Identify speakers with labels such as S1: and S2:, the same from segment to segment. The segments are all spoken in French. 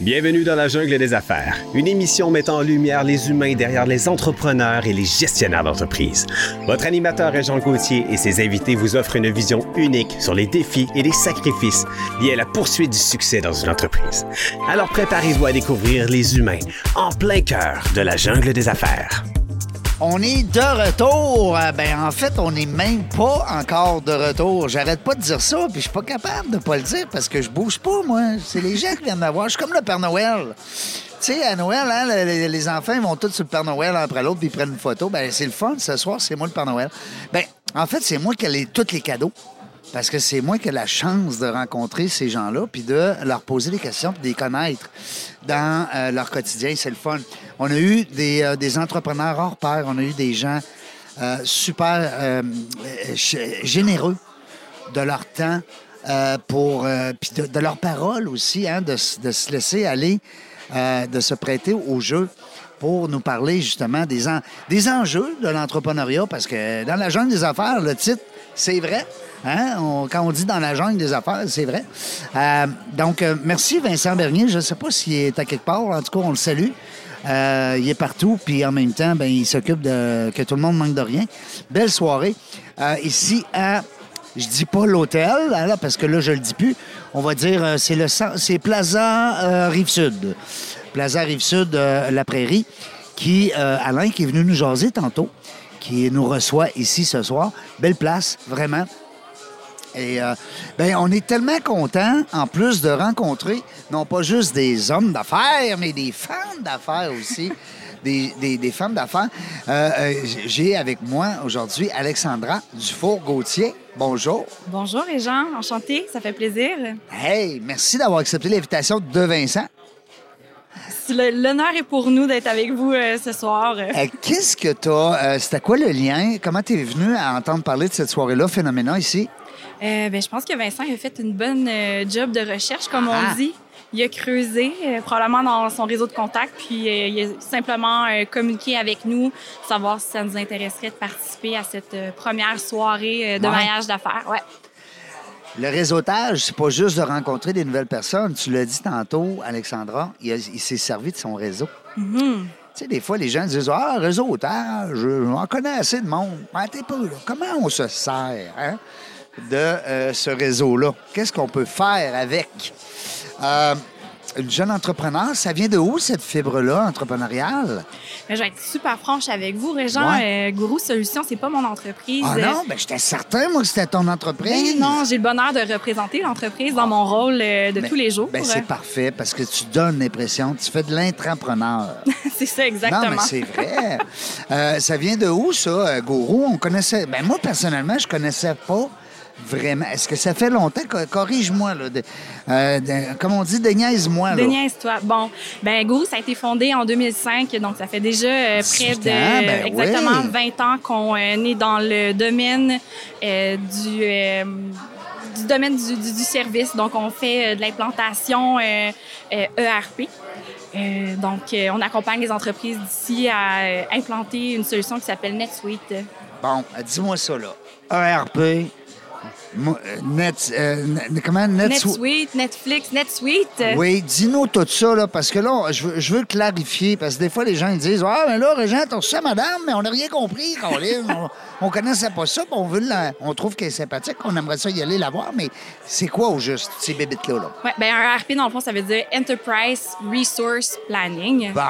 S1: Bienvenue dans la jungle des affaires, une émission mettant en lumière les humains derrière les entrepreneurs et les gestionnaires d'entreprise. Votre animateur est Jean Gauthier et ses invités vous offrent une vision unique sur les défis et les sacrifices liés à la poursuite du succès dans une entreprise. Alors préparez-vous à découvrir les humains en plein cœur de la jungle des affaires.
S2: On est de retour. Euh, Ben, en fait, on n'est même pas encore de retour. J'arrête pas de dire ça, puis je suis pas capable de pas le dire parce que je bouge pas, moi. C'est les gens qui viennent me voir. Je suis comme le Père Noël. Tu sais, à Noël, hein, le- le- les, enfants ils vont tous sur le Père Noël l'un après l'autre, puis ils prennent une photo. Ben, c'est le fun. Ce soir, c'est moi le Père Noël. Ben, en fait, c'est moi qui ai les- tous les cadeaux. Parce que c'est moi qui ai la chance de rencontrer ces gens-là, puis de leur poser des questions, puis de les connaître dans euh, leur quotidien. C'est le fun. On a eu des, euh, des entrepreneurs hors pair, on a eu des gens euh, super euh, euh, ch- généreux de leur temps, euh, pour, euh, puis de, de leur parole aussi, hein, de, s- de se laisser aller, euh, de se prêter au jeu pour nous parler justement des, en- des enjeux de l'entrepreneuriat, parce que dans la jungle des affaires, le titre, c'est vrai. Hein? On- quand on dit dans la jungle des affaires, c'est vrai. Euh, donc, euh, merci Vincent Bernier. Je ne sais pas s'il est à quelque part. En tout cas, on le salue. Euh, il est partout, puis en même temps, ben, il s'occupe de que tout le monde manque de rien. Belle soirée. Euh, ici à je dis pas l'hôtel, hein, là, parce que là, je le dis plus. On va dire, euh, c'est le cen- c'est Plaza euh, Rive-Sud. Plaza Rive-Sud, euh, La Prairie, qui, euh, Alain, qui est venu nous jaser tantôt, qui nous reçoit ici ce soir. Belle place, vraiment. Et euh, ben, on est tellement contents, en plus de rencontrer, non pas juste des hommes d'affaires, mais des femmes d'affaires aussi. des, des- des femmes d'affaires. Euh, euh, J'ai avec moi aujourd'hui Alexandra Dufour-Gauthier. Bonjour.
S3: Bonjour les gens, enchanté, ça fait plaisir.
S2: Hey, merci d'avoir accepté l'invitation de Vincent.
S3: Le- L'honneur est pour nous d'être avec vous euh, ce soir.
S2: Euh, Qu'est-ce que t'as? euh, C'était quoi le lien? Comment t'es venu à entendre parler de cette soirée-là, Phénoména, ici?
S3: Euh, ben, je pense que Vincent a fait une bonne euh, job de recherche, comme
S2: Ah.
S3: on dit. Il a creusé, euh, probablement dans son réseau de contacts, puis euh, il a simplement euh, communiqué avec nous, savoir si ça nous intéresserait de participer à cette euh, première soirée euh, de
S2: Ouais.
S3: mariage d'affaires. Ouais.
S2: Le réseautage, c'est pas juste de rencontrer des nouvelles personnes. Tu l'as dit tantôt, Alexandra, il, a- il s'est servi de son réseau.
S3: Mhm.
S2: Tu sais, des fois, les gens disent Ah, réseautage, je m'en connais assez de monde. Mais t'es pas, là. Comment on se sert hein, de euh, ce réseau-là? Qu'est-ce qu'on peut faire avec? Euh, une jeune entrepreneur, ça vient de où cette fibre-là entrepreneuriale?
S3: Mais Ben, je vais être super franche avec vous, Régent. Euh, Gourou Solutions, c'est pas mon entreprise.
S2: Ah
S3: Euh,
S2: non, ben, j'étais certain, moi, que c'était ton entreprise.
S3: Ben non, j'ai le bonheur de représenter l'entreprise dans mon rôle euh, de
S2: Ah. Ben-
S3: tous les jours.
S2: Ben, c'est parfait parce que tu donnes l'impression, tu fais de l'intrapreneur.
S3: c'est ça,
S2: Non,
S3: exactement.
S2: mais c'est vrai. Euh, ça vient de où, ça, euh, Gourou? On connaissait. Ben, moi, personnellement, je connaissais pas vraiment. Est-ce que ça fait longtemps? Co- Corrige-moi, là. de- euh, de- comme on dit, déniaise-moi, là.
S3: Déniaise-toi. Bon, ben Gourou, ça a été fondé en 2005, donc ça fait déjà euh, près
S2: 18
S3: de
S2: ans, ben oui.
S3: exactement 20 ans qu'on euh, est dans le domaine euh, du euh, du domaine du, du- du service. Donc, on fait euh, de l'implantation euh, euh, ERP. Euh, donc, euh, on accompagne les entreprises d'ici à euh, implanter une solution qui s'appelle NetSuite.
S2: Bon, euh, dis-moi ça, là. ERP. mo- euh, Net, euh, n- comment? Net,
S3: NetSuite, Netflix, NetSuite.
S2: Oui, dis-nous tout ça, là, parce que là, on- je veux, je veux clarifier, parce que des fois, les gens ils disent Ah, mais là, Régent, on ça, madame, mais on n'a rien compris, Caroline. on, on connaissait pas ça, puis on, veut la- on trouve qu'elle est sympathique, on aimerait ça y aller la voir, mais c'est quoi au juste, ces bébites-là? Là?
S3: Ouais, ben, un ERP, dans le fond, ça veut dire Enterprise Resource Planning.
S2: Bon.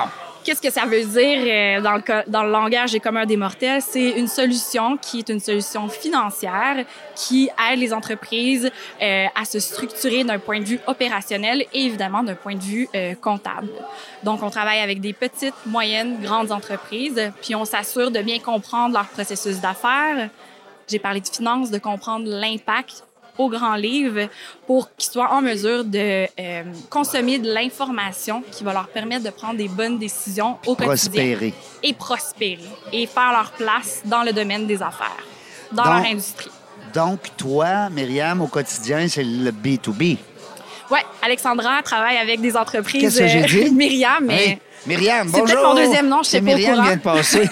S3: Qu'est-ce que ça veut dire euh, dans le, co- dans le langage des communs des mortels? C'est une solution qui est une solution financière qui aide les entreprises euh, à se structurer d'un point de vue opérationnel et évidemment d'un point de vue euh, comptable. Donc, on travaille avec des petites, moyennes, grandes entreprises, puis on s'assure de bien comprendre leur processus d'affaires. J'ai parlé de finances, de comprendre l'impact au grand livre pour qu'ils soient en mesure de euh, consommer de l'information qui va leur permettre de prendre des bonnes décisions au quotidien
S2: Prospérer.
S3: et prospérer et faire leur place dans le domaine des affaires, dans
S2: Donc-
S3: leur industrie.
S2: Donc, toi, Myriam, au quotidien, c'est le B2B.
S3: Ouais, Alexandra travaille avec des entreprises.
S2: Qu'est-ce que j'ai
S3: euh,
S2: dit?
S3: Myriam, mais
S2: Oui. Hein? Myriam,
S3: C'est
S2: bonjour.
S3: peut-être mon deuxième nom, je sais
S2: C'est
S3: pas au
S2: Myriam
S3: courant.
S2: vient de passer.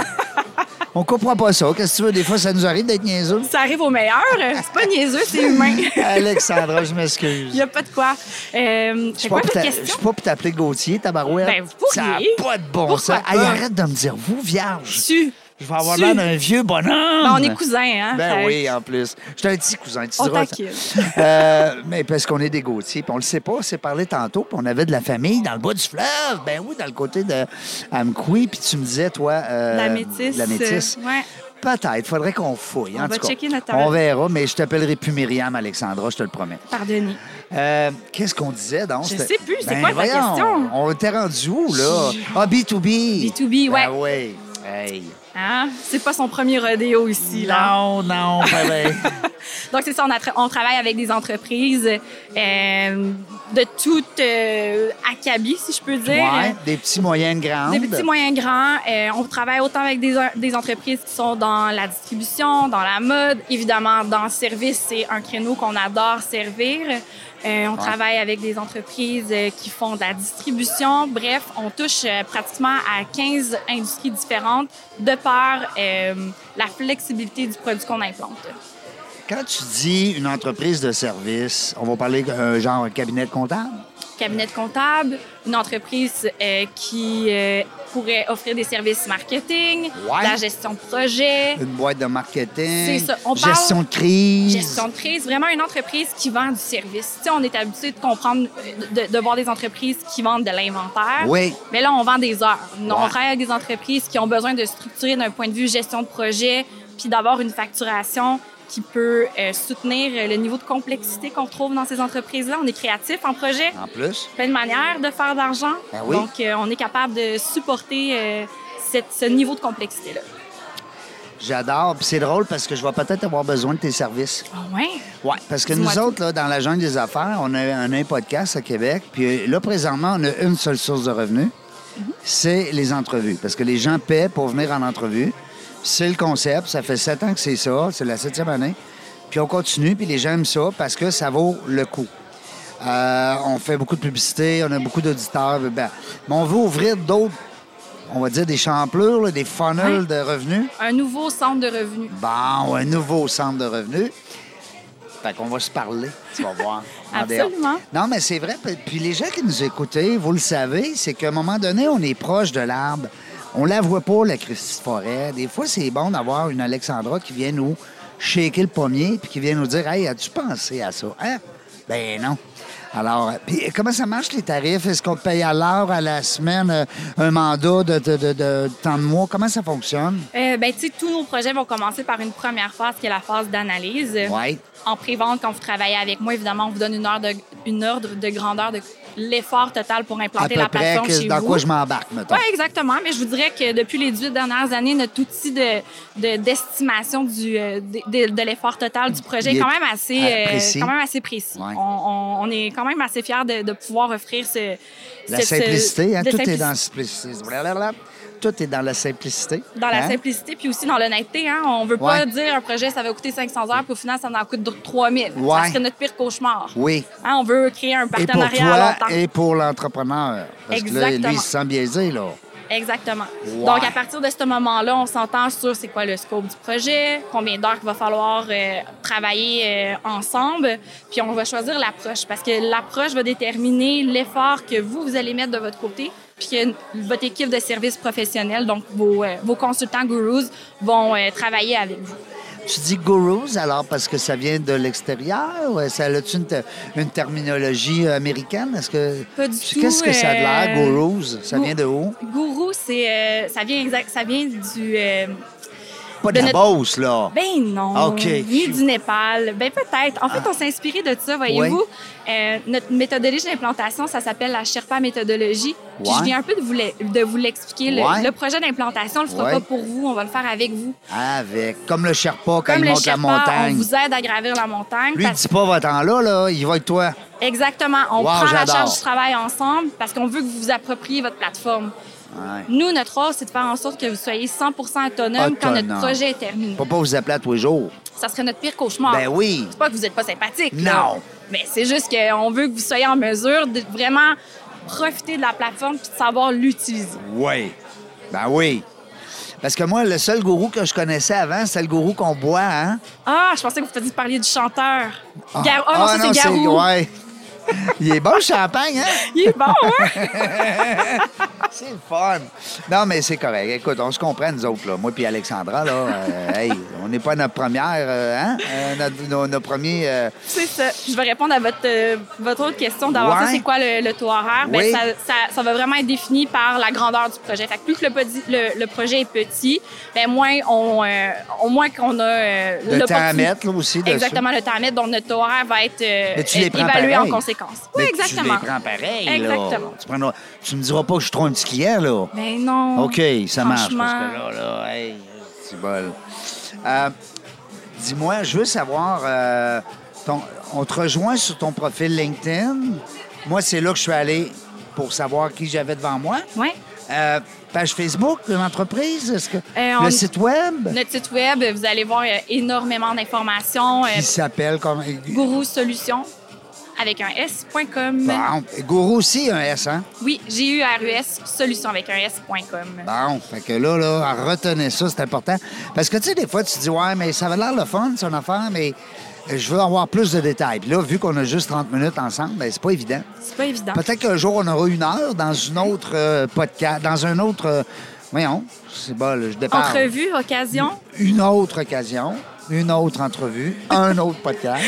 S2: On comprend pas ça. Qu'est-ce que tu veux? Des fois, ça nous arrive d'être niaiseux.
S3: Ça arrive au meilleur. C'est pas niaiseux, c'est humain.
S2: Alexandra, je
S3: Il n'y
S2: m'excuse.
S3: a pas de quoi. Euh,
S2: Je suis
S3: c'est
S2: pas
S3: quoi
S2: pour
S3: votre
S2: t'a- je
S3: question?
S2: suis pas pour t'appeler Gauthier, tabarouette.
S3: Ben, vous
S2: Ça n'a
S3: pourriez.
S2: pas de bon
S3: Pourquoi
S2: sens. Hey,
S3: pas?
S2: arrête de me dire, vous, vierge.
S3: Tu.
S2: Je vais avoir
S3: Tu-
S2: l'air d'un vieux bonhomme.
S3: Ben, on est cousins, hein?
S2: Ben
S3: Fait-
S2: oui, en plus. J'étais un petit cousin, tu
S3: On
S2: diras.
S3: taquine.
S2: Euh, mais parce qu'on est des Gautiers, puis on le sait pas, on s'est parlé tantôt, puis on avait de la famille dans le bas du fleuve, ben oui, dans le côté de Amqui, puis tu me disais, toi... euh,
S3: La métisse.
S2: La métisse.
S3: euh, ouais.
S2: Peut-être, faudrait qu'on fouille,
S3: On
S2: en
S3: va
S2: tout cas.
S3: checker notre
S2: On
S3: table.
S2: verra, mais je t'appellerai plus Myriam, Alexandra, je te le promets.
S3: Pardonnez.
S2: Euh, Qu'est-ce qu'on disait, donc?
S3: Je
S2: C'était-
S3: sais plus, c'est
S2: Ben,
S3: quoi ta
S2: voyons,
S3: question?
S2: On était rendu où, là?
S3: Je-
S2: Ah, B2B.
S3: B2B, ouais.
S2: Ah oui. Hey.
S3: Hein? C'est pas son premier rodéo ici, là.
S2: Non, non, ben, ben.
S3: Donc, c'est ça, on, a tra- on travaille avec des entreprises euh, de tout euh, acabit, si je peux dire.
S2: Ouais, des petits, moyennes, grandes.
S3: Des petits, moyens, grands. Euh, on travaille autant avec des, des entreprises qui sont dans la distribution, dans la mode, évidemment dans le service, c'est un créneau qu'on adore servir. Euh, on travaille avec des entreprises euh, qui font de la distribution. Bref, on touche euh, pratiquement à 15 industries différentes de par euh, la flexibilité du produit qu'on implante.
S2: Quand tu dis une entreprise de service, on va parler d'un genre un cabinet de comptable?
S3: cabinet de comptable, une entreprise euh, qui euh, pourrait offrir des services marketing,
S2: Ouais.
S3: de la gestion de projet,
S2: Une boîte de marketing?
S3: C'est ça. On parle-
S2: gestion de crise?
S3: gestion de crise, vraiment une entreprise qui vend du service. Tu sais, on est habitué de comprendre, euh, de, de voir des entreprises qui vendent de l'inventaire.
S2: Oui.
S3: Mais là, on vend des heures. Non,
S2: Ouais.
S3: On travaille avec des entreprises qui ont besoin de structurer d'un point de vue gestion de projet, puis d'avoir une facturation qui peut euh, soutenir euh, le niveau de complexité qu'on trouve dans ces entreprises-là. On est créatif en projet.
S2: En plus?
S3: plein de manières de faire de l'argent.
S2: Ah. Ben oui.
S3: Donc, euh, on est capable de supporter euh, cette- ce niveau de complexité-là.
S2: J'adore. Puis c'est drôle parce que je vais peut-être avoir besoin de tes services.
S3: Ah ouais?
S2: Oui, parce que
S3: Dis-moi
S2: nous
S3: tout.
S2: autres, là, dans la jungle des affaires, on a, on a un podcast à Québec. Puis euh, là, présentement, on a une seule source de revenus.
S3: Mm-hmm.
S2: C'est les entrevues. Parce que les gens paient pour venir en entrevue. C'est le concept. Ça fait sept ans que c'est ça. C'est la septième année. Puis on continue. Puis les gens aiment ça parce que ça vaut le coup. Euh, on fait beaucoup de publicité. On a beaucoup d'auditeurs. Ben, mais on veut ouvrir d'autres, on va dire, des champlures, là, des funnels
S3: Ouais.
S2: de revenus.
S3: Un nouveau centre de revenus.
S2: Bon, un nouveau centre de revenus. Fait qu'on va se parler, tu vas voir. en dehors.
S3: Absolument.
S2: Non, mais c'est vrai. Puis- Puis les gens qui nous écoutez, vous le savez, c'est qu'à un moment donné, on est proche de l'arbre. On la voit pas, la Christie de forêt. Des fois, c'est bon d'avoir une Alexandra qui vient nous shaker le pommier puis qui vient nous dire Hey, as-tu pensé à ça? Hein? Ben non. Alors, euh, puis comment ça marche les tarifs? Est-ce qu'on te paye à l'heure, à la semaine, euh, un mandat de, de, de, de temps de mois? Comment ça fonctionne?
S3: Euh, ben, tu sais, tous nos projets vont commencer par une première phase qui est la phase d'analyse.
S2: Oui.
S3: En pré-vente, quand vous travaillez avec moi, évidemment, on vous donne une, heure de, une ordre de grandeur de l'effort total pour
S2: à
S3: implanter
S2: peu
S3: la
S2: près
S3: plateforme
S2: que-
S3: chez
S2: dans
S3: vous.
S2: quoi je m'embarque, mettons.
S3: Oui, exactement. Mais je vous dirais que depuis les 18 dernières années, notre outil de- de- d'estimation du, euh, de, de- de l'effort total du projet
S2: Il est
S3: est quand même assez,
S2: à-
S3: euh,
S2: précis.
S3: Quand même assez précis.
S2: Ouais.
S3: On, on- on est quand même assez fiers de, de pouvoir offrir ce.
S2: la
S3: ce- ce-
S2: simplicité, hein,
S3: de
S2: tout est
S3: simplici-
S2: dans la simplicité. Blablabla. Tout est dans la simplicité.
S3: dans la
S2: hein.
S3: simplicité, puis aussi dans l'honnêteté. Hein? On veut pas
S2: Ouais.
S3: dire un projet, ça va coûter 500 heures, puis au final, ça en coûte 3000.
S2: Ouais.
S3: Ça serait notre pire cauchemar.
S2: Oui.
S3: Hein, on veut créer un
S2: Et pour
S3: partenariat à long
S2: toi
S3: terme.
S2: et pour l'entrepreneur. Parce que là,
S3: Exactement.
S2: lui, il se sent biaisé, là.
S3: Exactement.
S2: Ouais.
S3: Donc, à partir de ce moment-là, on s'entend sur c'est quoi le scope du projet, combien d'heures qu'il va falloir euh, travailler euh, ensemble, puis on va choisir l'approche parce que l'approche va déterminer l'effort que vous, vous allez mettre de votre côté, puis que votre équipe de services professionnels, donc vos, euh, vos consultants gurus, vont euh, travailler avec vous.
S2: Tu dis gurus, alors, parce que ça vient de l'extérieur? ou ça a-tu une, te- une terminologie américaine? Est-ce que...
S3: Pas du tout,
S2: Qu'est-ce que ça a de l'air,
S3: euh,
S2: gurus? Ça
S3: gou-
S2: vient de où?
S3: Guru, c'est euh, ça vient exact, ça vient du euh,
S2: Pas de,
S3: de
S2: la
S3: notre-
S2: Beauce, là.
S3: Ben non.
S2: Ah, OK. Ah.
S3: Ni du Népal. Ben peut-être. En fait, on s'est inspiré de ça, voyez-vous. Euh, notre méthodologie d'implantation, ça s'appelle la Sherpa méthodologie. Puis
S2: Ouais.
S3: je viens un peu de vous l'e- de vous l'expliquer. Le-
S2: Ouais.
S3: Le, projet d'implantation, on le fera
S2: Ouais.
S3: pas pour vous, on va le faire avec vous.
S2: Avec. Comme le Sherpa quand
S3: Comme
S2: il
S3: le
S2: monte la
S3: Sherpa, on
S2: montagne.
S3: vous aide à gravir la montagne.
S2: Lui, il
S3: parce-
S2: dit pas va en là, là. Il va avec toi.
S3: Exactement. On
S2: Wow,
S3: prend la
S2: j'adore.
S3: charge du travail ensemble parce qu'on veut que vous vous appropriez votre plateforme.
S2: Ouais.
S3: Nous, notre rôle, c'est de faire en sorte que vous soyez 100 autonome, quand
S2: Autonome.
S3: notre projet est terminé.
S2: Faut pas vous appeler à tous les jours.
S3: Ça serait notre pire cauchemar.
S2: Ben oui.
S3: C'est pas que vous n'êtes pas sympathique.
S2: Non.
S3: là. Mais c'est juste qu'on veut que vous soyez en mesure de vraiment profiter de la plateforme puis de savoir l'utiliser.
S2: Oui. Ben oui. Parce que moi, le seul gourou que je connaissais avant, c'est le gourou qu'on boit, hein?
S3: Ah, je pensais que vous faisiez parler du chanteur.
S2: Ah,
S3: Garou. Ah, non,
S2: ah,
S3: ça, c'est Garou.
S2: ouais. Il est bon, le champagne, hein?
S3: Il est bon, hein?
S2: C'est le fun. Non, mais c'est correct. Écoute, on se comprend, nous autres, là. Moi puis Alexandra, là, euh, hey, on n'est pas notre première, euh, hein? Euh, notre, nos- nos premiers... euh,
S3: C'est ça. Je vais répondre à votre, euh, votre autre question d'avant
S2: Ouais.
S3: ça, c'est quoi le, le taux horaire? Ben,
S2: Oui.
S3: ça, ça- ça va vraiment être défini par la grandeur du projet. Fait que plus que le, petit- le- le projet est petit, ben, moins on, euh, au moins qu'on a euh,
S2: de temps à
S3: l'opportunité-
S2: mettre, là, aussi, dessus.
S3: Exactement, le temps à mettre. Donc, notre taux horaire va être, euh,
S2: Mais tu les
S3: être
S2: prends
S3: évalué
S2: pareil.
S3: en conséquence.
S2: Mais
S3: oui, exactement.
S2: Tu les prends pareil, là.
S3: Exactement.
S2: Tu, prends nos- tu me diras pas que je suis trop un petit client, là.
S3: Mais Ben non.
S2: OK, ça marche. Parce
S3: Franchement.
S2: que là, là, hey, c'est bol. Euh, Dis-moi, je veux savoir, euh, ton- on te rejoint sur ton profil LinkedIn. Moi, c'est là que je suis allé pour savoir qui j'avais devant moi.
S3: Ouais.
S2: Euh, page Facebook de l'entreprise, est-ce que
S3: Euh, on-
S2: le site web
S3: Notre site web, vous allez voir euh, énormément d'informations. euh,
S2: qui s'appelle comme
S3: Gourou Solutions avec un S.com.
S2: Bon, Gourou aussi un S, hein
S3: Oui, j'ai eu RUS Solutions avec un S.com.
S2: Bon, fait que là, là, retenez ça, c'est important. Parce que, tu sais, des fois, tu dis, ouais, mais ça va l'air le fun, son affaire, mais je veux avoir plus de détails. Puis là, vu qu'on a juste 30 minutes ensemble, ben, c'est pas évident.
S3: C'est pas évident.
S2: Peut-être qu'un jour, on aura une heure dans une autre euh, podcast, dans un autre. euh, voyons, c'est bon, là, je déparle.
S3: Entrevue, occasion.
S2: Une autre occasion, une autre entrevue, un autre podcast.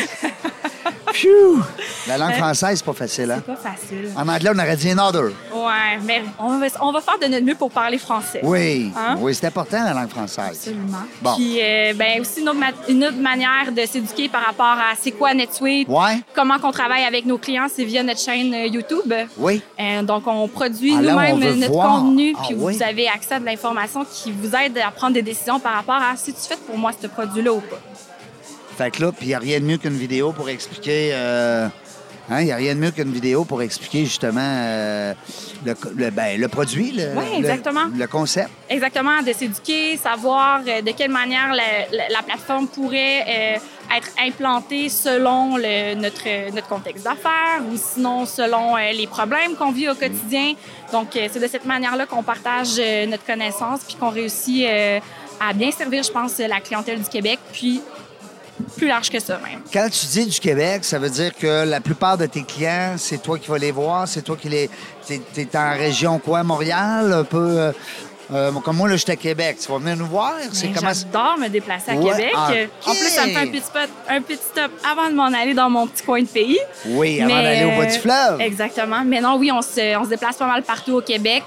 S2: Phew! La langue française, c'est pas facile, hein?
S3: C'est pas facile.
S2: En anglais, on aurait dit another.
S3: Ouais, mais on va, on va faire de notre mieux pour parler français.
S2: Oui,
S3: Hein?
S2: oui, c'est important, la langue française.
S3: Absolument.
S2: Bon.
S3: Puis, euh, ben, aussi, une autre, ma- une autre manière de s'éduquer par rapport à c'est quoi NetSuite,
S2: Ouais.
S3: comment qu'on travaille avec nos clients, c'est via notre chaîne euh, YouTube.
S2: Oui.
S3: Euh, donc, on produit
S2: Ah, là, on veut
S3: nous-mêmes notre
S2: voir.
S3: contenu,
S2: Ah,
S3: puis
S2: oui.
S3: vous avez accès à de l'information qui vous aide à prendre des décisions par rapport à si tu fais pour moi ce produit-là ou pas.
S2: Fait que là, puis il n'y a rien de mieux qu'une vidéo pour expliquer. euh, hein, il n'y a rien de mieux qu'une vidéo pour expliquer justement euh, le, co- le- ben, le produit, le,
S3: Ouais,
S2: le-
S3: exactement.
S2: le, concept.
S3: Exactement, de s'éduquer, savoir euh, de quelle manière la, la- la plateforme pourrait euh, être implantée selon le- notre, notre contexte d'affaires ou sinon selon euh, les problèmes qu'on vit au quotidien. Donc, euh, c'est de cette manière-là qu'on partage euh, notre connaissance puis qu'on réussit euh, à bien servir, je pense, la clientèle du Québec, puis plus large que ça même.
S2: Quand tu dis du Québec, ça veut dire que la plupart de tes clients, c'est toi qui vas les voir, c'est toi qui les. T'es es en région quoi, Montréal, un peu. euh, euh, comme moi, là, je suis à Québec. Tu vas venir nous voir? C'est
S3: Ben,
S2: comment.
S3: J'adore me déplacer à
S2: Ouais,
S3: Québec.
S2: ah,
S3: En plus, ça me fait un
S2: ok.
S3: petit, spot- un petit stop avant de m'en aller dans mon petit coin de pays.
S2: Oui, avant
S3: Mais,
S2: d'aller au bas
S3: euh,
S2: du fleuve.
S3: Exactement. Mais non, oui, on se, on se déplace pas mal partout au Québec.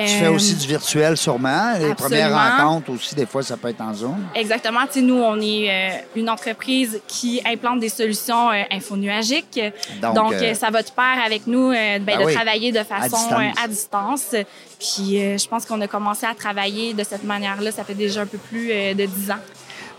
S3: Euh,
S2: Tu fais aussi du virtuel, sûrement. Les premières
S3: absolument.
S2: rencontres aussi, des fois, ça peut être en Zoom.
S3: Exactement. Tu sais, nous, on est euh, une entreprise qui implante des solutions euh, infonuagiques.
S2: Donc,
S3: Donc,
S2: euh,
S3: euh, ça va de pair avec nous euh, ben,
S2: Ben
S3: de
S2: oui,
S3: travailler de façon
S2: distance.
S3: euh, à distance. Puis, euh, je pense qu'on a commencé à travailler de cette manière-là. Ça fait déjà un peu plus euh, de 10 ans.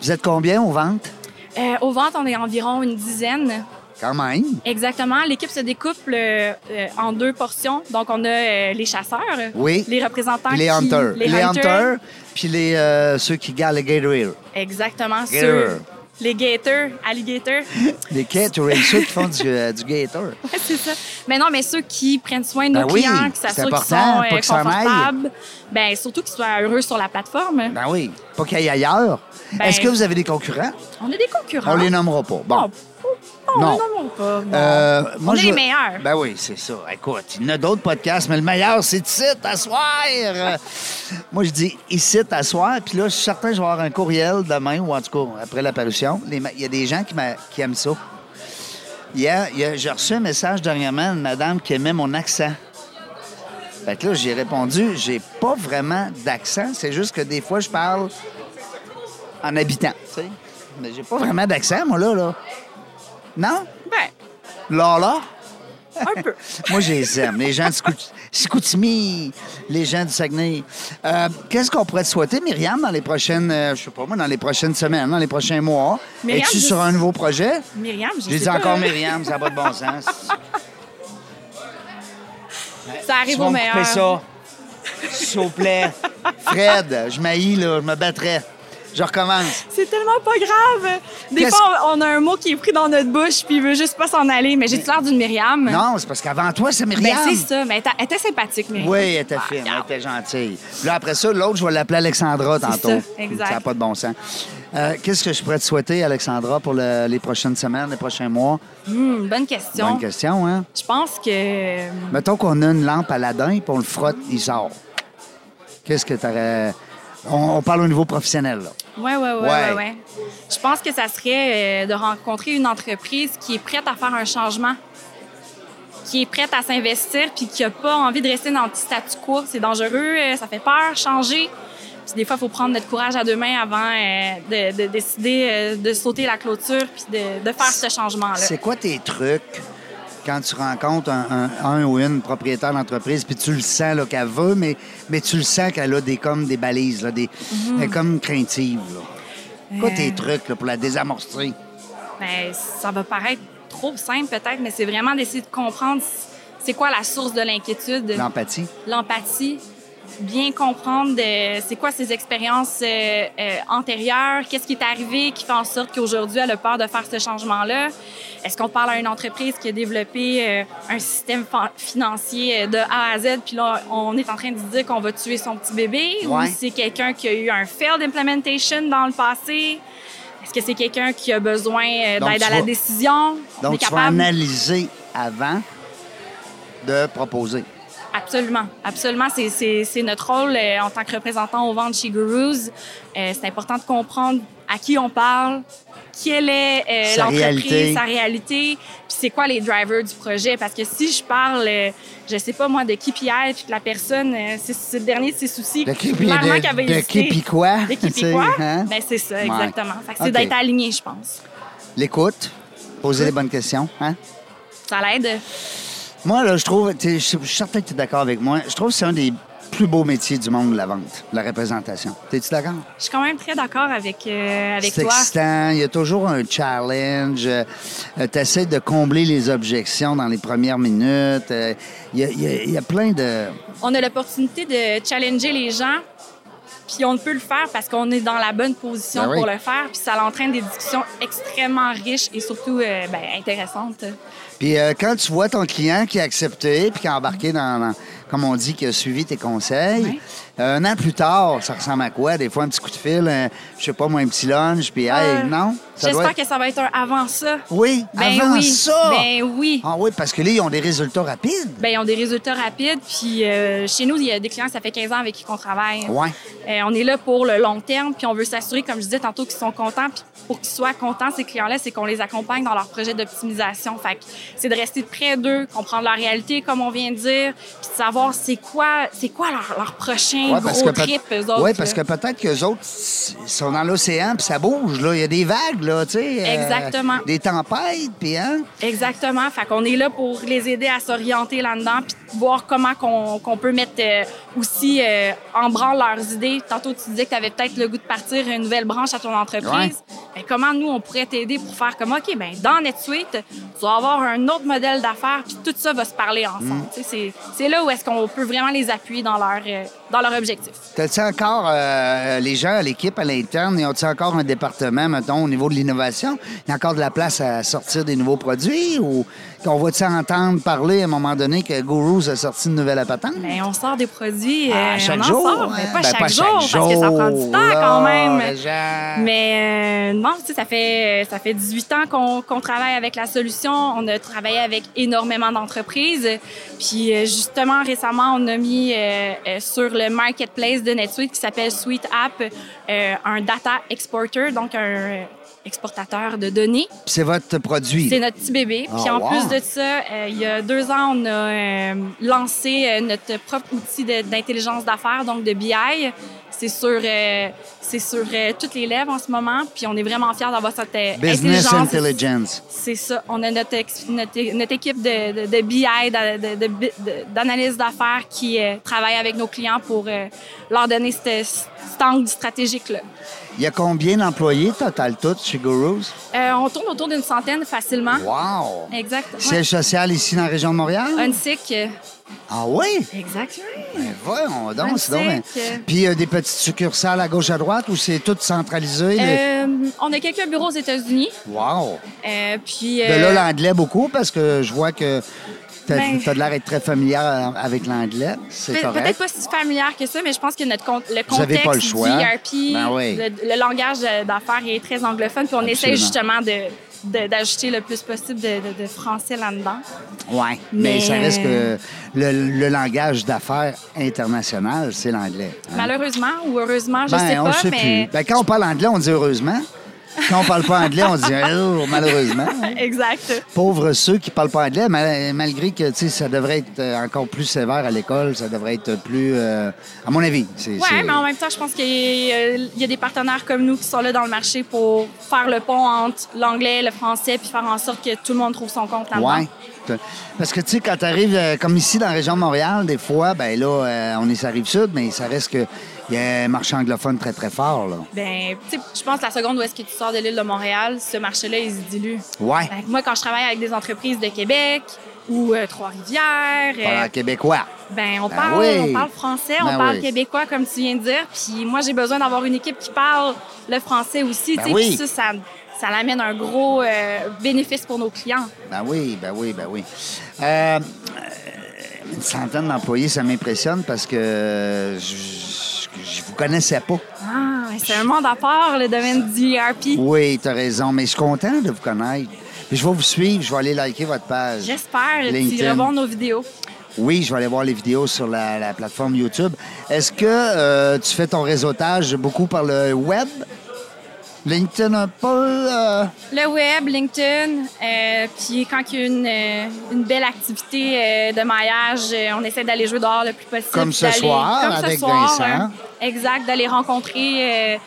S2: Vous êtes combien aux ventes?
S3: Euh, aux ventes, on est environ une dizaine.
S2: Quand même.
S3: Exactement. L'équipe se découpe euh, euh, en deux portions. Donc, on a euh, les chasseurs,
S2: Oui.
S3: les représentants,
S2: Puis les
S3: qui-
S2: hunters.
S3: les, hunters.
S2: puis les, euh, ceux qui gardent les gatorade.
S3: Exactement.
S2: Gator.
S3: ceux- les gators, alligators.
S2: Les gatorade, ceux qui font du, euh, du gator.
S3: Ouais, c'est ça. Mais non, mais ceux qui prennent soin de nos
S2: Ben oui,
S3: clients, qui
S2: c'est
S3: s'assurent qu'ils sont
S2: important,
S3: euh,
S2: pas que ça en aille.
S3: confortables, ben, surtout qu'ils soient heureux sur la plateforme.
S2: Ben oui, pas qu'il y ait ailleurs.
S3: Ben-
S2: Est-ce que vous avez des concurrents?
S3: On a des concurrents.
S2: On les nommera pas. Bon.
S3: Non, on
S2: Non.
S3: les nomme pas. non.
S2: Euh,
S3: on est
S2: je
S3: les
S2: veux-
S3: meilleurs.
S2: Ben oui, c'est ça. Écoute, il y en a d'autres podcasts, mais le meilleur, c'est ici, à soir. Euh, Moi, je dis ici, à soir. Puis là, je suis certain que je vais avoir un courriel demain ou en tout cas après l'apparition. Les ma- Il y a des gens qui, m'a- qui aiment ça. Hier, il y a- j'ai reçu un message dernièrement de madame qui aimait mon accent. Fait que là, j'ai répondu, j'ai pas vraiment d'accent. C'est juste que des fois, je parle en habitant, tu sais. Mais j'ai pas vraiment d'accent, moi, là, là. Non?
S3: Ben,
S2: Là, là?
S3: un peu.
S2: Moi, je les aime. Les gens de Scout- Chicoutimi, les gens du Saguenay. Euh, Qu'est-ce qu'on pourrait te souhaiter, Myriam, dans les prochaines, euh, je sais pas moi, dans les prochaines semaines, dans les prochains mois?
S3: Myriam,
S2: Es-tu
S3: je-
S2: sur un nouveau projet?
S3: Myriam, je
S2: J'ai
S3: sais
S2: dit
S3: pas.
S2: encore Myriam, ça n'a pas de bon sens.
S3: Ça
S2: Tu
S3: arrive
S2: vas
S3: au
S2: me
S3: meilleur.
S2: couper ça. S'il vous plaît. Fred, je m'haïs, là, je me battrais. Je recommence.
S3: C'est tellement pas grave. Des
S2: Qu'est-ce-
S3: fois, on on a un mot qui est pris dans notre bouche, puis il veut juste pas s'en aller. Mais j'ai l'air d'une Myriam.
S2: Non, c'est parce qu'avant toi, c'est
S3: Ben,
S2: Myriam.
S3: c'est ça. Mais elle était- elle était sympathique, Myriam.
S2: Oui, elle était
S3: Ah,
S2: fine, elle
S3: regarde.
S2: était gentille. Puis Là, après ça, l'autre, je vais l'appeler Alexandra tantôt.
S3: ça, exact.
S2: n'a pas de bon sens. Euh, Qu'est-ce que je pourrais te souhaiter, Alexandra, pour le- les prochaines semaines, les prochains mois?
S3: Hum, bonne question.
S2: Bonne question, hein?
S3: Je pense que.
S2: Mettons qu'on a une lampe Aladdin et on le frotte, il sort. Qu'est-ce que t'aurais... On, on parle au niveau professionnel, là.
S3: Ouais, ouais, ouais,
S2: Ouais.
S3: ouais, ouais. Je pense que ça serait euh, de rencontrer une entreprise qui est prête à faire un changement, qui est prête à s'investir, puis qui a pas envie de rester dans le petit statu quo. C'est dangereux, euh, ça fait peur, changer. Puis des fois, il faut prendre notre courage à deux mains avant euh, de, de décider euh, de sauter la clôture, puis de, de faire ce changement-là.
S2: C'est quoi tes trucs quand tu rencontres un, un- un ou une propriétaire d'entreprise, puis tu le sens là, qu'elle veut, mais, mais tu le sens qu'elle a des, comme des balises, là, des, elle est comme craintive. là. C'est quoi
S3: Mhm. Euh.
S2: tes trucs là, pour la désamorcer?
S3: Ben, ça va paraître trop simple peut-être, mais c'est vraiment d'essayer de comprendre c'est quoi la source de l'inquiétude.
S2: L'empathie?
S3: l'empathie, bien comprendre de- c'est quoi ses expériences euh, euh, antérieures, qu'est-ce qui est arrivé qui fait en sorte qu'aujourd'hui elle a peur de faire ce changement-là. Est-ce qu'on parle à une entreprise qui a développé euh, un système fa- financier euh, de A à Z, puis là on est en train de dire qu'on va tuer son petit bébé, ou
S2: Ouais.
S3: c'est quelqu'un qui a eu un failed implementation dans le passé? Est-ce que c'est quelqu'un qui a besoin euh,
S2: Donc,
S3: d'aide
S2: tu
S3: à la
S2: vas-
S3: décision? On est
S2: Donc, tu vas
S3: capable?
S2: analyser avant de proposer.
S3: Absolument, absolument. C'est- C'est c'est notre rôle euh, en tant que représentant au ventre chez Gurus. Euh, c'est important de comprendre à qui on parle, quelle est euh,
S2: Sa réalité.
S3: l'entreprise, sa réalité, puis c'est quoi les drivers du projet. Parce que si je parle, euh, je sais pas moi, de KPI, puis que la personne, euh, c'est c'est le dernier de ses soucis,
S2: De qui puis
S3: clairement
S2: de-
S3: qu'elle va
S2: de qui
S3: hésiter.
S2: puis quoi,
S3: De
S2: tu
S3: qui
S2: sais,
S3: puis quoi?
S2: hein?
S3: Ben, c'est ça,
S2: Ouais.
S3: exactement. Fait que c'est
S2: OK.
S3: d'être aligné, je pense.
S2: L'écoute,
S3: Mhm.
S2: poser les bonnes questions. Hein?
S3: Ça l'aide.
S2: Moi, là, je trouve, t'es- je suis je suis certain que tu es d'accord avec moi, je trouve que c'est un des plus beaux métiers du monde, la vente, la représentation. T'es-tu d'accord?
S3: Je suis quand même très d'accord avec, euh, avec
S2: C'est
S3: toi.
S2: excitant, il y a toujours un challenge. tu essaies de combler les objections dans les premières minutes. Euh, Il y, a- il y a- il y a plein de.
S3: on a l'opportunité de challenger les gens, puis on peut le faire parce qu'on est dans la bonne position
S2: Ben oui.
S3: pour le faire, puis ça l'entraîne des discussions extrêmement riches et surtout euh, ben, intéressantes.
S2: Puis euh, quand tu vois ton client qui a accepté puis qui a embarqué dans, dans- comme on dit, qui a suivi tes conseils,
S3: Ouais.
S2: euh, un an plus tard, ça ressemble à quoi? Des fois, un petit coup de fil, un- je sais pas moi, un petit lunch, puis
S3: Euh,
S2: hey, non? Ça doit
S3: J'espère
S2: être-
S3: que ça va être un avant ça.
S2: Oui,
S3: Ben
S2: avant
S3: oui,
S2: ça!
S3: ben oui.
S2: Ah oui, parce que là, ils ont des résultats rapides.
S3: Ben, ils ont des résultats rapides. Puis euh, chez nous, il y a des clients, ça fait 15 ans avec qui on travaille.
S2: Ouais.
S3: Euh, on est là pour le long terme, puis on veut s'assurer, comme je disais tantôt, qu'ils sont contents. Puis pour qu'ils soient contents, ces clients-là, c'est qu'on les accompagne dans leur projet d'optimisation. Fait que c'est de rester près d'eux, comprendre leur réalité, comme on vient de dire, puis de savoir c'est quoi, c'est quoi leur, leur prochain
S2: Ouais,
S3: gros
S2: peut-
S3: trip, eux autres.
S2: Ouais, parce que
S3: là.
S2: peut-être qu'eux autres s- sont dans l'océan, puis ça bouge, là. Il y a des vagues, là, tu sais. euh,
S3: Exactement.
S2: des tempêtes, puis hein.
S3: Exactement. Fait qu'on est là pour les aider à s'orienter là-dedans, puis de voir comment qu'on qu'on peut mettre euh, aussi euh, en branle leurs idées. Tantôt, tu disais que tu avais peut-être le goût de partir une nouvelle branche à ton entreprise. Ben, comment nous, on pourrait t'aider pour faire comme, OK, ben dans NetSuite, tu vas avoir un autre modèle d'affaires, puis tout ça va se parler ensemble.
S2: Mm.
S3: Tu sais, C'est c'est là où est-ce qu'on peut vraiment les appuyer dans leur, euh, dans leur objectif.
S2: T'as-tu encore euh, les gens, l'équipe à l'interne, ils ont-tu encore un département, mettons, au niveau de l'innovation? Il y a encore de la place à sortir des nouveaux produits ou on va-tu entendre parler à un moment donné que Gurus a sorti une nouvelle à patente?
S3: Ben, on sort des produits.
S2: Ah,
S3: euh,
S2: chaque
S3: on en
S2: jour,
S3: sort, mais
S2: hein?
S3: pas,
S2: Ben,
S3: chaque
S2: pas
S3: jour,
S2: chaque
S3: parce que ça prend
S2: jour,
S3: du temps
S2: là,
S3: quand même.
S2: Jean.
S3: Mais euh, non, tu sais, ça fait, ça fait 18 ans qu'on qu'on travaille avec la solution. On a travaillé avec énormément d'entreprises. Puis euh, justement, récemment, on a mis euh, euh, sur le marketplace de NetSuite qui s'appelle Suite App euh, un data exporter, donc un euh, exportateur de données.
S2: C'est votre produit.
S3: C'est notre petit bébé. Puis
S2: Ah,
S3: en
S2: wow.
S3: plus de ça, euh, il y a deux ans, on a euh, lancé euh, notre propre outil de- d'intelligence d'affaires, donc de BI. C'est sur, euh, c'est sur euh, toutes les lèvres en ce moment. Puis on est vraiment fiers d'avoir cette euh,
S2: Business
S3: intelligence.
S2: Intelligence.
S3: C'est ça. On a notre, ex- notre, notre équipe de, de, de BI, d'a- de- de- de- d'analyse d'affaires qui euh, travaille avec nos clients pour euh, leur donner cet cet angle stratégique-là.
S2: Il y a combien d'employés total tout chez Gurus?
S3: Euh, on tourne autour d'une centaine facilement.
S2: Wow!
S3: Exact. ouais.
S2: Siège social ici dans la région de Montréal?
S3: Un SIC. euh,
S2: Ah oui?
S3: Exact.
S2: Ben voyons
S3: Un
S2: donc, c'est donc. bien.
S3: sec.
S2: Puis euh, des petites succursales à gauche à droite où c'est tout centralisé? les-
S3: Euh, on a quelques bureaux aux États-Unis.
S2: Wow!
S3: euh, puis,
S2: De
S3: euh,
S2: Ben là, l'anglais beaucoup parce que je vois que t'as
S3: Ben-
S2: t'as de l'air d'être très familière euh, avec l'anglais. C'est
S3: Pe- Peut-être
S2: correct.
S3: pas si familière que ça, mais je pense que notre con- le
S2: Vous avez
S3: contexte
S2: pas le choix.
S3: du ERP,
S2: Ben oui.
S3: le, le langage euh, d'affaires est très anglophone, puis on essaie justement de de- d'ajouter le plus possible de, de- de français là-dedans.
S2: Ouais. Mais...
S3: Mais-
S2: ça reste que le, le langage d'affaires international, c'est l'anglais. hein.
S3: Malheureusement ou heureusement, je
S2: Ben,
S3: sais
S2: on
S3: pas,
S2: sait
S3: mais
S2: plus. Ben, quand on parle anglais, on dit heureusement. Quand on parle pas anglais, on dit oh, malheureusement.
S3: exact.
S2: Pauvres ceux qui parlent pas anglais, mal- malgré que tu sais, ça devrait être euh, encore plus sévère à l'école, ça devrait être plus, euh, à mon avis. c'est-
S3: Ouais,
S2: c'est-
S3: mais en même temps, je pense qu'il y, a- euh, il y a des partenaires comme nous qui sont là dans le marché pour faire le pont entre l'anglais, le français, puis faire en sorte que tout le monde trouve son compte là-dedans.
S2: Ouais. T'as- Parce que, tu sais, quand tu arrives, comme ici dans la région de Montréal, des fois, ben là, euh, on est sur la rive sud, mais ça reste que il y a un marché anglophone très, très fort, là.
S3: Ben, tu sais, je pense que la seconde où est-ce que tu sors de l'île de Montréal, ce marché-là, il se dilue.
S2: Ouais.
S3: Fait que moi, quand je travaille avec des entreprises de Québec ou euh, Trois-Rivières, euh,
S2: Par québécois.
S3: ben, on,
S2: Ben
S3: parle,
S2: oui.
S3: on parle français,
S2: Ben
S3: on parle
S2: oui.
S3: québécois, comme tu viens de dire. Puis moi, j'ai besoin d'avoir une équipe qui parle le français aussi.
S2: Ben
S3: tu sais,
S2: oui.
S3: puis ça, ça, ça l'amène un gros euh, bénéfice pour nos clients.
S2: Ben oui, ben oui, ben oui. Euh, euh, une centaine d'employés, ça m'impressionne parce que euh, je, je- je vous connaissais pas.
S3: Ah, mais c'est un monde à part, le domaine du E ERP.
S2: Oui, t'as raison, mais je suis content de vous connaître. Puis je vais vous suivre, je vais aller liker votre page.
S3: J'espère qu'ils
S2: LinkedIn.
S3: rebondent nos vidéos.
S2: Oui, je vais aller voir les vidéos sur la, la plateforme YouTube. Est-ce que euh, tu fais ton réseautage beaucoup par le web? LinkedIn un peu? euh,
S3: Le web, LinkedIn, euh, puis quand il y a une, euh, une belle activité euh, de maillage, euh, on essaie d'aller jouer dehors le plus possible.
S2: Comme ce
S3: d'aller-
S2: soir,
S3: comme ce
S2: avec
S3: soir,
S2: Vincent.
S3: hein. exact, d'aller rencontrer euh,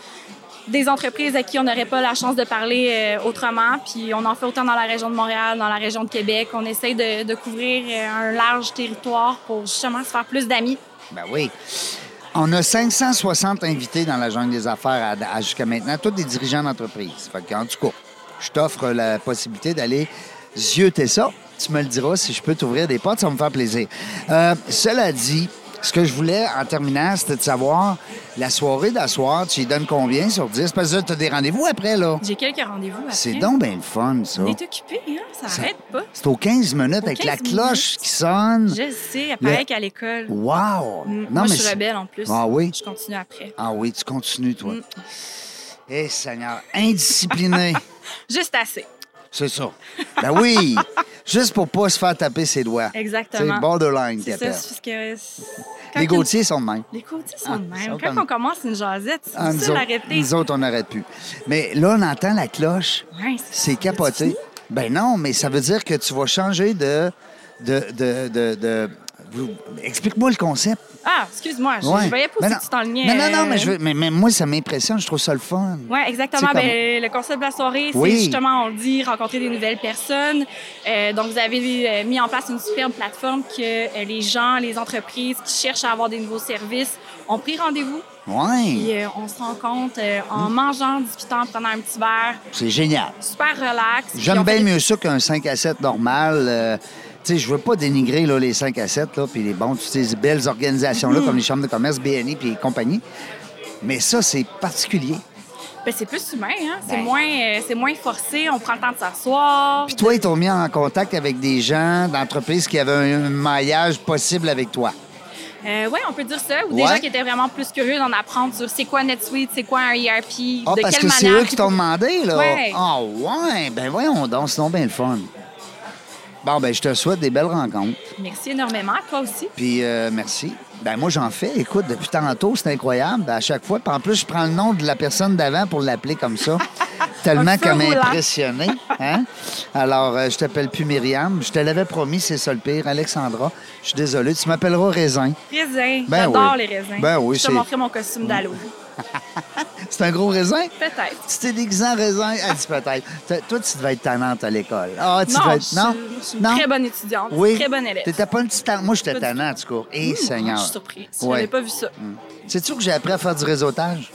S3: des entreprises à qui on n'aurait pas la chance de parler euh, autrement. Puis on en fait autant dans la région de Montréal, dans la région de Québec. On essaie de, de couvrir euh, un large territoire pour justement se faire plus d'amis.
S2: Ben oui. On a 560 invités dans la jungle des affaires à- à jusqu'à maintenant, tous des dirigeants d'entreprise. Fait que, en tout cas, je t'offre la possibilité d'aller zioter ça. Tu me le diras si je peux t'ouvrir des portes, ça va me faire plaisir. Euh, cela dit, ce que je voulais en terminant, c'était de savoir la soirée d'asseoir, tu y donnes combien sur 10? Parce que tu as des rendez-vous après, là.
S3: J'ai quelques rendez-vous après.
S2: C'est donc bien le fun, ça.
S3: On est occupé, hein? ça
S2: Ça- Hmm.
S3: n'arrête pas.
S2: C'est aux 15 minutes
S3: Aux
S2: avec la
S3: 15
S2: cloche
S3: minutes.
S2: qui sonne.
S3: Je le sais, pareil qu'à l'école.
S2: Wow!
S3: Mm.
S2: Non,
S3: Moi, je
S2: c'est-
S3: suis rebelle en plus.
S2: Ah oui?
S3: Je continue après.
S2: Ah oui, tu continues, toi.
S3: Mm.
S2: Eh, Seigneur, indiscipliné.
S3: Juste assez.
S2: c'est ça. Ben oui, juste pour pas se faire taper ses doigts.
S3: Exactement.
S2: C'est borderline,
S3: C'est
S2: t'es
S3: ça, c'est parce que. c'est- quand
S2: Les
S3: une-
S2: Gauthier sont de même.
S3: Les Gauthier sont
S2: Ah,
S3: de
S2: ils
S3: même.
S2: sont
S3: Quand
S2: comme-
S3: on commence une jasette, c'est
S2: Ah, nous,
S3: difficile
S2: autres,
S3: d'arrêter.
S2: nous autres, on n'aurait pu. Mais là, on entend la cloche.
S3: Ouais,
S2: C'est
S3: c'est fini.
S2: capoté. Ben non, mais ça veut dire que tu vas changer de. de, de, de, de- vous- Explique-moi le concept.
S3: Ah, excuse-moi, je,
S2: Ouais.
S3: je voyais pas
S2: Ben
S3: aussi
S2: non.
S3: que tu
S2: Non,
S3: t'enlignais.
S2: non, non,
S3: euh,
S2: mais, je veux- mais, mais moi, ça m'impressionne. Je trouve ça le fun.
S3: Oui, exactement.
S2: C'est comme-
S3: Ben, le concept de la soirée, c'est
S2: Oui.
S3: justement, on le dit, rencontrer des nouvelles personnes. Euh, donc, vous avez euh, mis en place une superbe plateforme que euh, les gens, les entreprises qui cherchent à avoir des nouveaux services ont pris rendez-vous.
S2: Ouais,
S3: Puis, euh, on se rencontre euh, en
S2: Hmm?
S3: mangeant, en discutant, en prenant un petit verre.
S2: c'est génial.
S3: Super relax. Puis
S2: J'aime
S3: on fait
S2: bien
S3: des-
S2: mieux ça qu'un 5 à 7 normal. euh, tu sais, je veux pas dénigrer là, les 5 à 7, là, puis les bons, toutes ces belles organisations-là,
S3: Mm.
S2: comme les chambres de commerce, BNI, puis les compagnies. Mais ça, c'est particulier.
S3: Ben, c'est plus humain, hein? C'est
S2: Ben.
S3: moins, euh, c'est moins forcé. On prend le temps de s'asseoir.
S2: Puis toi, ils t'ont mis en contact avec des gens d'entreprises qui avaient un maillage possible avec toi.
S3: Euh, ouais, on peut dire ça. Ou des
S2: Ouais.
S3: gens qui étaient vraiment plus curieux d'en apprendre sur c'est quoi NetSuite, c'est quoi un ERP,
S2: Ah,
S3: de
S2: parce
S3: quelle
S2: que c'est
S3: manière.
S2: eux qui t'ont demandé, là. Ah,
S3: Ouais.
S2: ouais, ben voyons donc, c'est donc bien le fun. Bon, ben, je te souhaite des belles rencontres.
S3: Merci énormément. Toi aussi.
S2: Puis euh, merci. Ben moi j'en fais. Écoute, depuis tantôt, c'est incroyable. Ben, à chaque fois. Puis en plus, je prends le nom de la personne d'avant pour l'appeler comme ça. Tellement
S3: Un feu
S2: qu'elle m'a
S3: roulant.
S2: impressionné. Hein? Alors, euh, je t'appelle plus Myriam. Je te l'avais promis, c'est ça le pire. Alexandra, je suis désolé. Tu m'appelleras Raisin.
S3: Raisin.
S2: Ben
S3: J'adore
S2: oui.
S3: les raisins.
S2: Ben oui,
S3: Je te
S2: c'est- Hmm.
S3: montrerai mon costume d'Halloween.
S2: C'est un gros raisin?
S3: Peut-être.
S2: Tu t'es déguisé en raisin? Elle dit peut-être. T'as- Toi, tu devais être tannante à l'école. Ah, tu
S3: Non,
S2: devais
S3: je
S2: être.
S3: suis-
S2: Non?
S3: je suis une très bonne étudiante,
S2: Oui.
S3: très bonne élève.
S2: T'étais pas une petite tannante. Moi, j'étais
S3: Pas du tout.
S2: tannante, en tout cas. Eh,
S3: Ah,
S2: Seigneur.
S3: Je suis surprise. Je
S2: Ouais. Hmm.
S3: n'avais pas vu ça.
S2: Sais-tu que j'ai appris à faire du réseautage?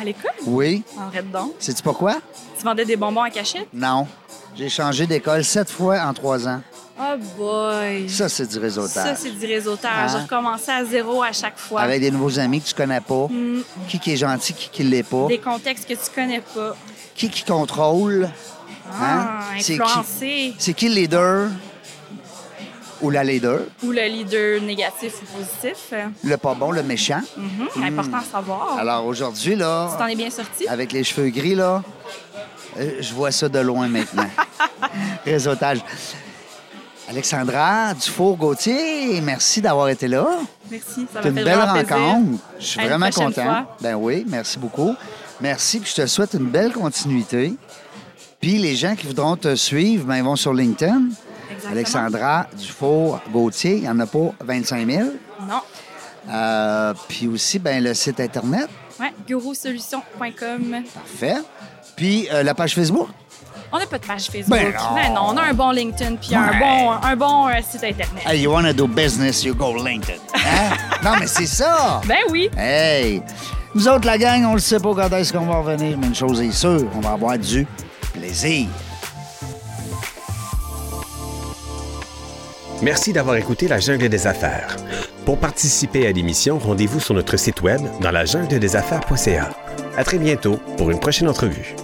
S3: À l'école?
S2: Oui.
S3: En raide donc.
S2: Sais-tu pourquoi?
S3: Tu vendais des bonbons à cachette?
S2: Non. J'ai changé d'école sept fois en trois ans.
S3: Oh boy!
S2: Ça, c'est du
S3: Ça,
S2: réseautage.
S3: c'est du réseautage.
S2: Hein?
S3: Je recommençais à zéro à chaque fois.
S2: Avec des nouveaux amis que tu connais pas,
S3: Mm.
S2: qui qui est gentil, qui qui l'est pas,
S3: Des contextes que tu connais pas.
S2: qui qui contrôle,
S3: Ah,
S2: Hein? C'est qui?
S3: influencer.
S2: c'est qui le leader ou la leader,
S3: Ou le leader négatif ou positif.
S2: le pas bon, le méchant.
S3: Mhm, Important à savoir.
S2: Alors aujourd'hui,
S3: tu t'en
S2: là,
S3: es bien sorti?
S2: avec les cheveux gris, là, euh, je vois ça de loin maintenant. Réseautage. Alexandra Dufour-Gauthier, merci d'avoir été là.
S3: Merci. Ça m'a
S2: C'est
S3: fait
S2: une belle
S3: vraiment plaisir.
S2: rencontre. Je suis
S3: À une
S2: vraiment
S3: prochaine
S2: content.
S3: fois.
S2: Ben oui, merci beaucoup. Merci, puis je te souhaite une belle continuité. Puis les gens qui voudront te suivre, ben, ils vont sur LinkedIn.
S3: Exactement.
S2: Alexandra Dufour-Gautier, il n'y en a pas 25 000.
S3: Non.
S2: Euh, puis aussi, ben, le site Internet,
S3: Ouais, gurusolution.com.
S2: parfait. Puis euh, la page Facebook.
S3: On n'a pas de page Facebook.
S2: Ben non.
S3: Ben non, on a un bon LinkedIn puis un
S2: Ouais.
S3: bon, un bon euh, site Internet.
S2: Hey, you wanna do business, you go LinkedIn. Hein? non, mais c'est ça!
S3: Ben oui.
S2: Hey! Nous autres, la gang, on le sait pas quand est-ce qu'on va revenir, mais une chose est sûre, on va avoir du plaisir.
S1: Merci d'avoir écouté La Jungle des Affaires. Pour participer à l'émission, rendez-vous sur notre site web dans la jungle des affaires.ca. À très bientôt pour une prochaine entrevue.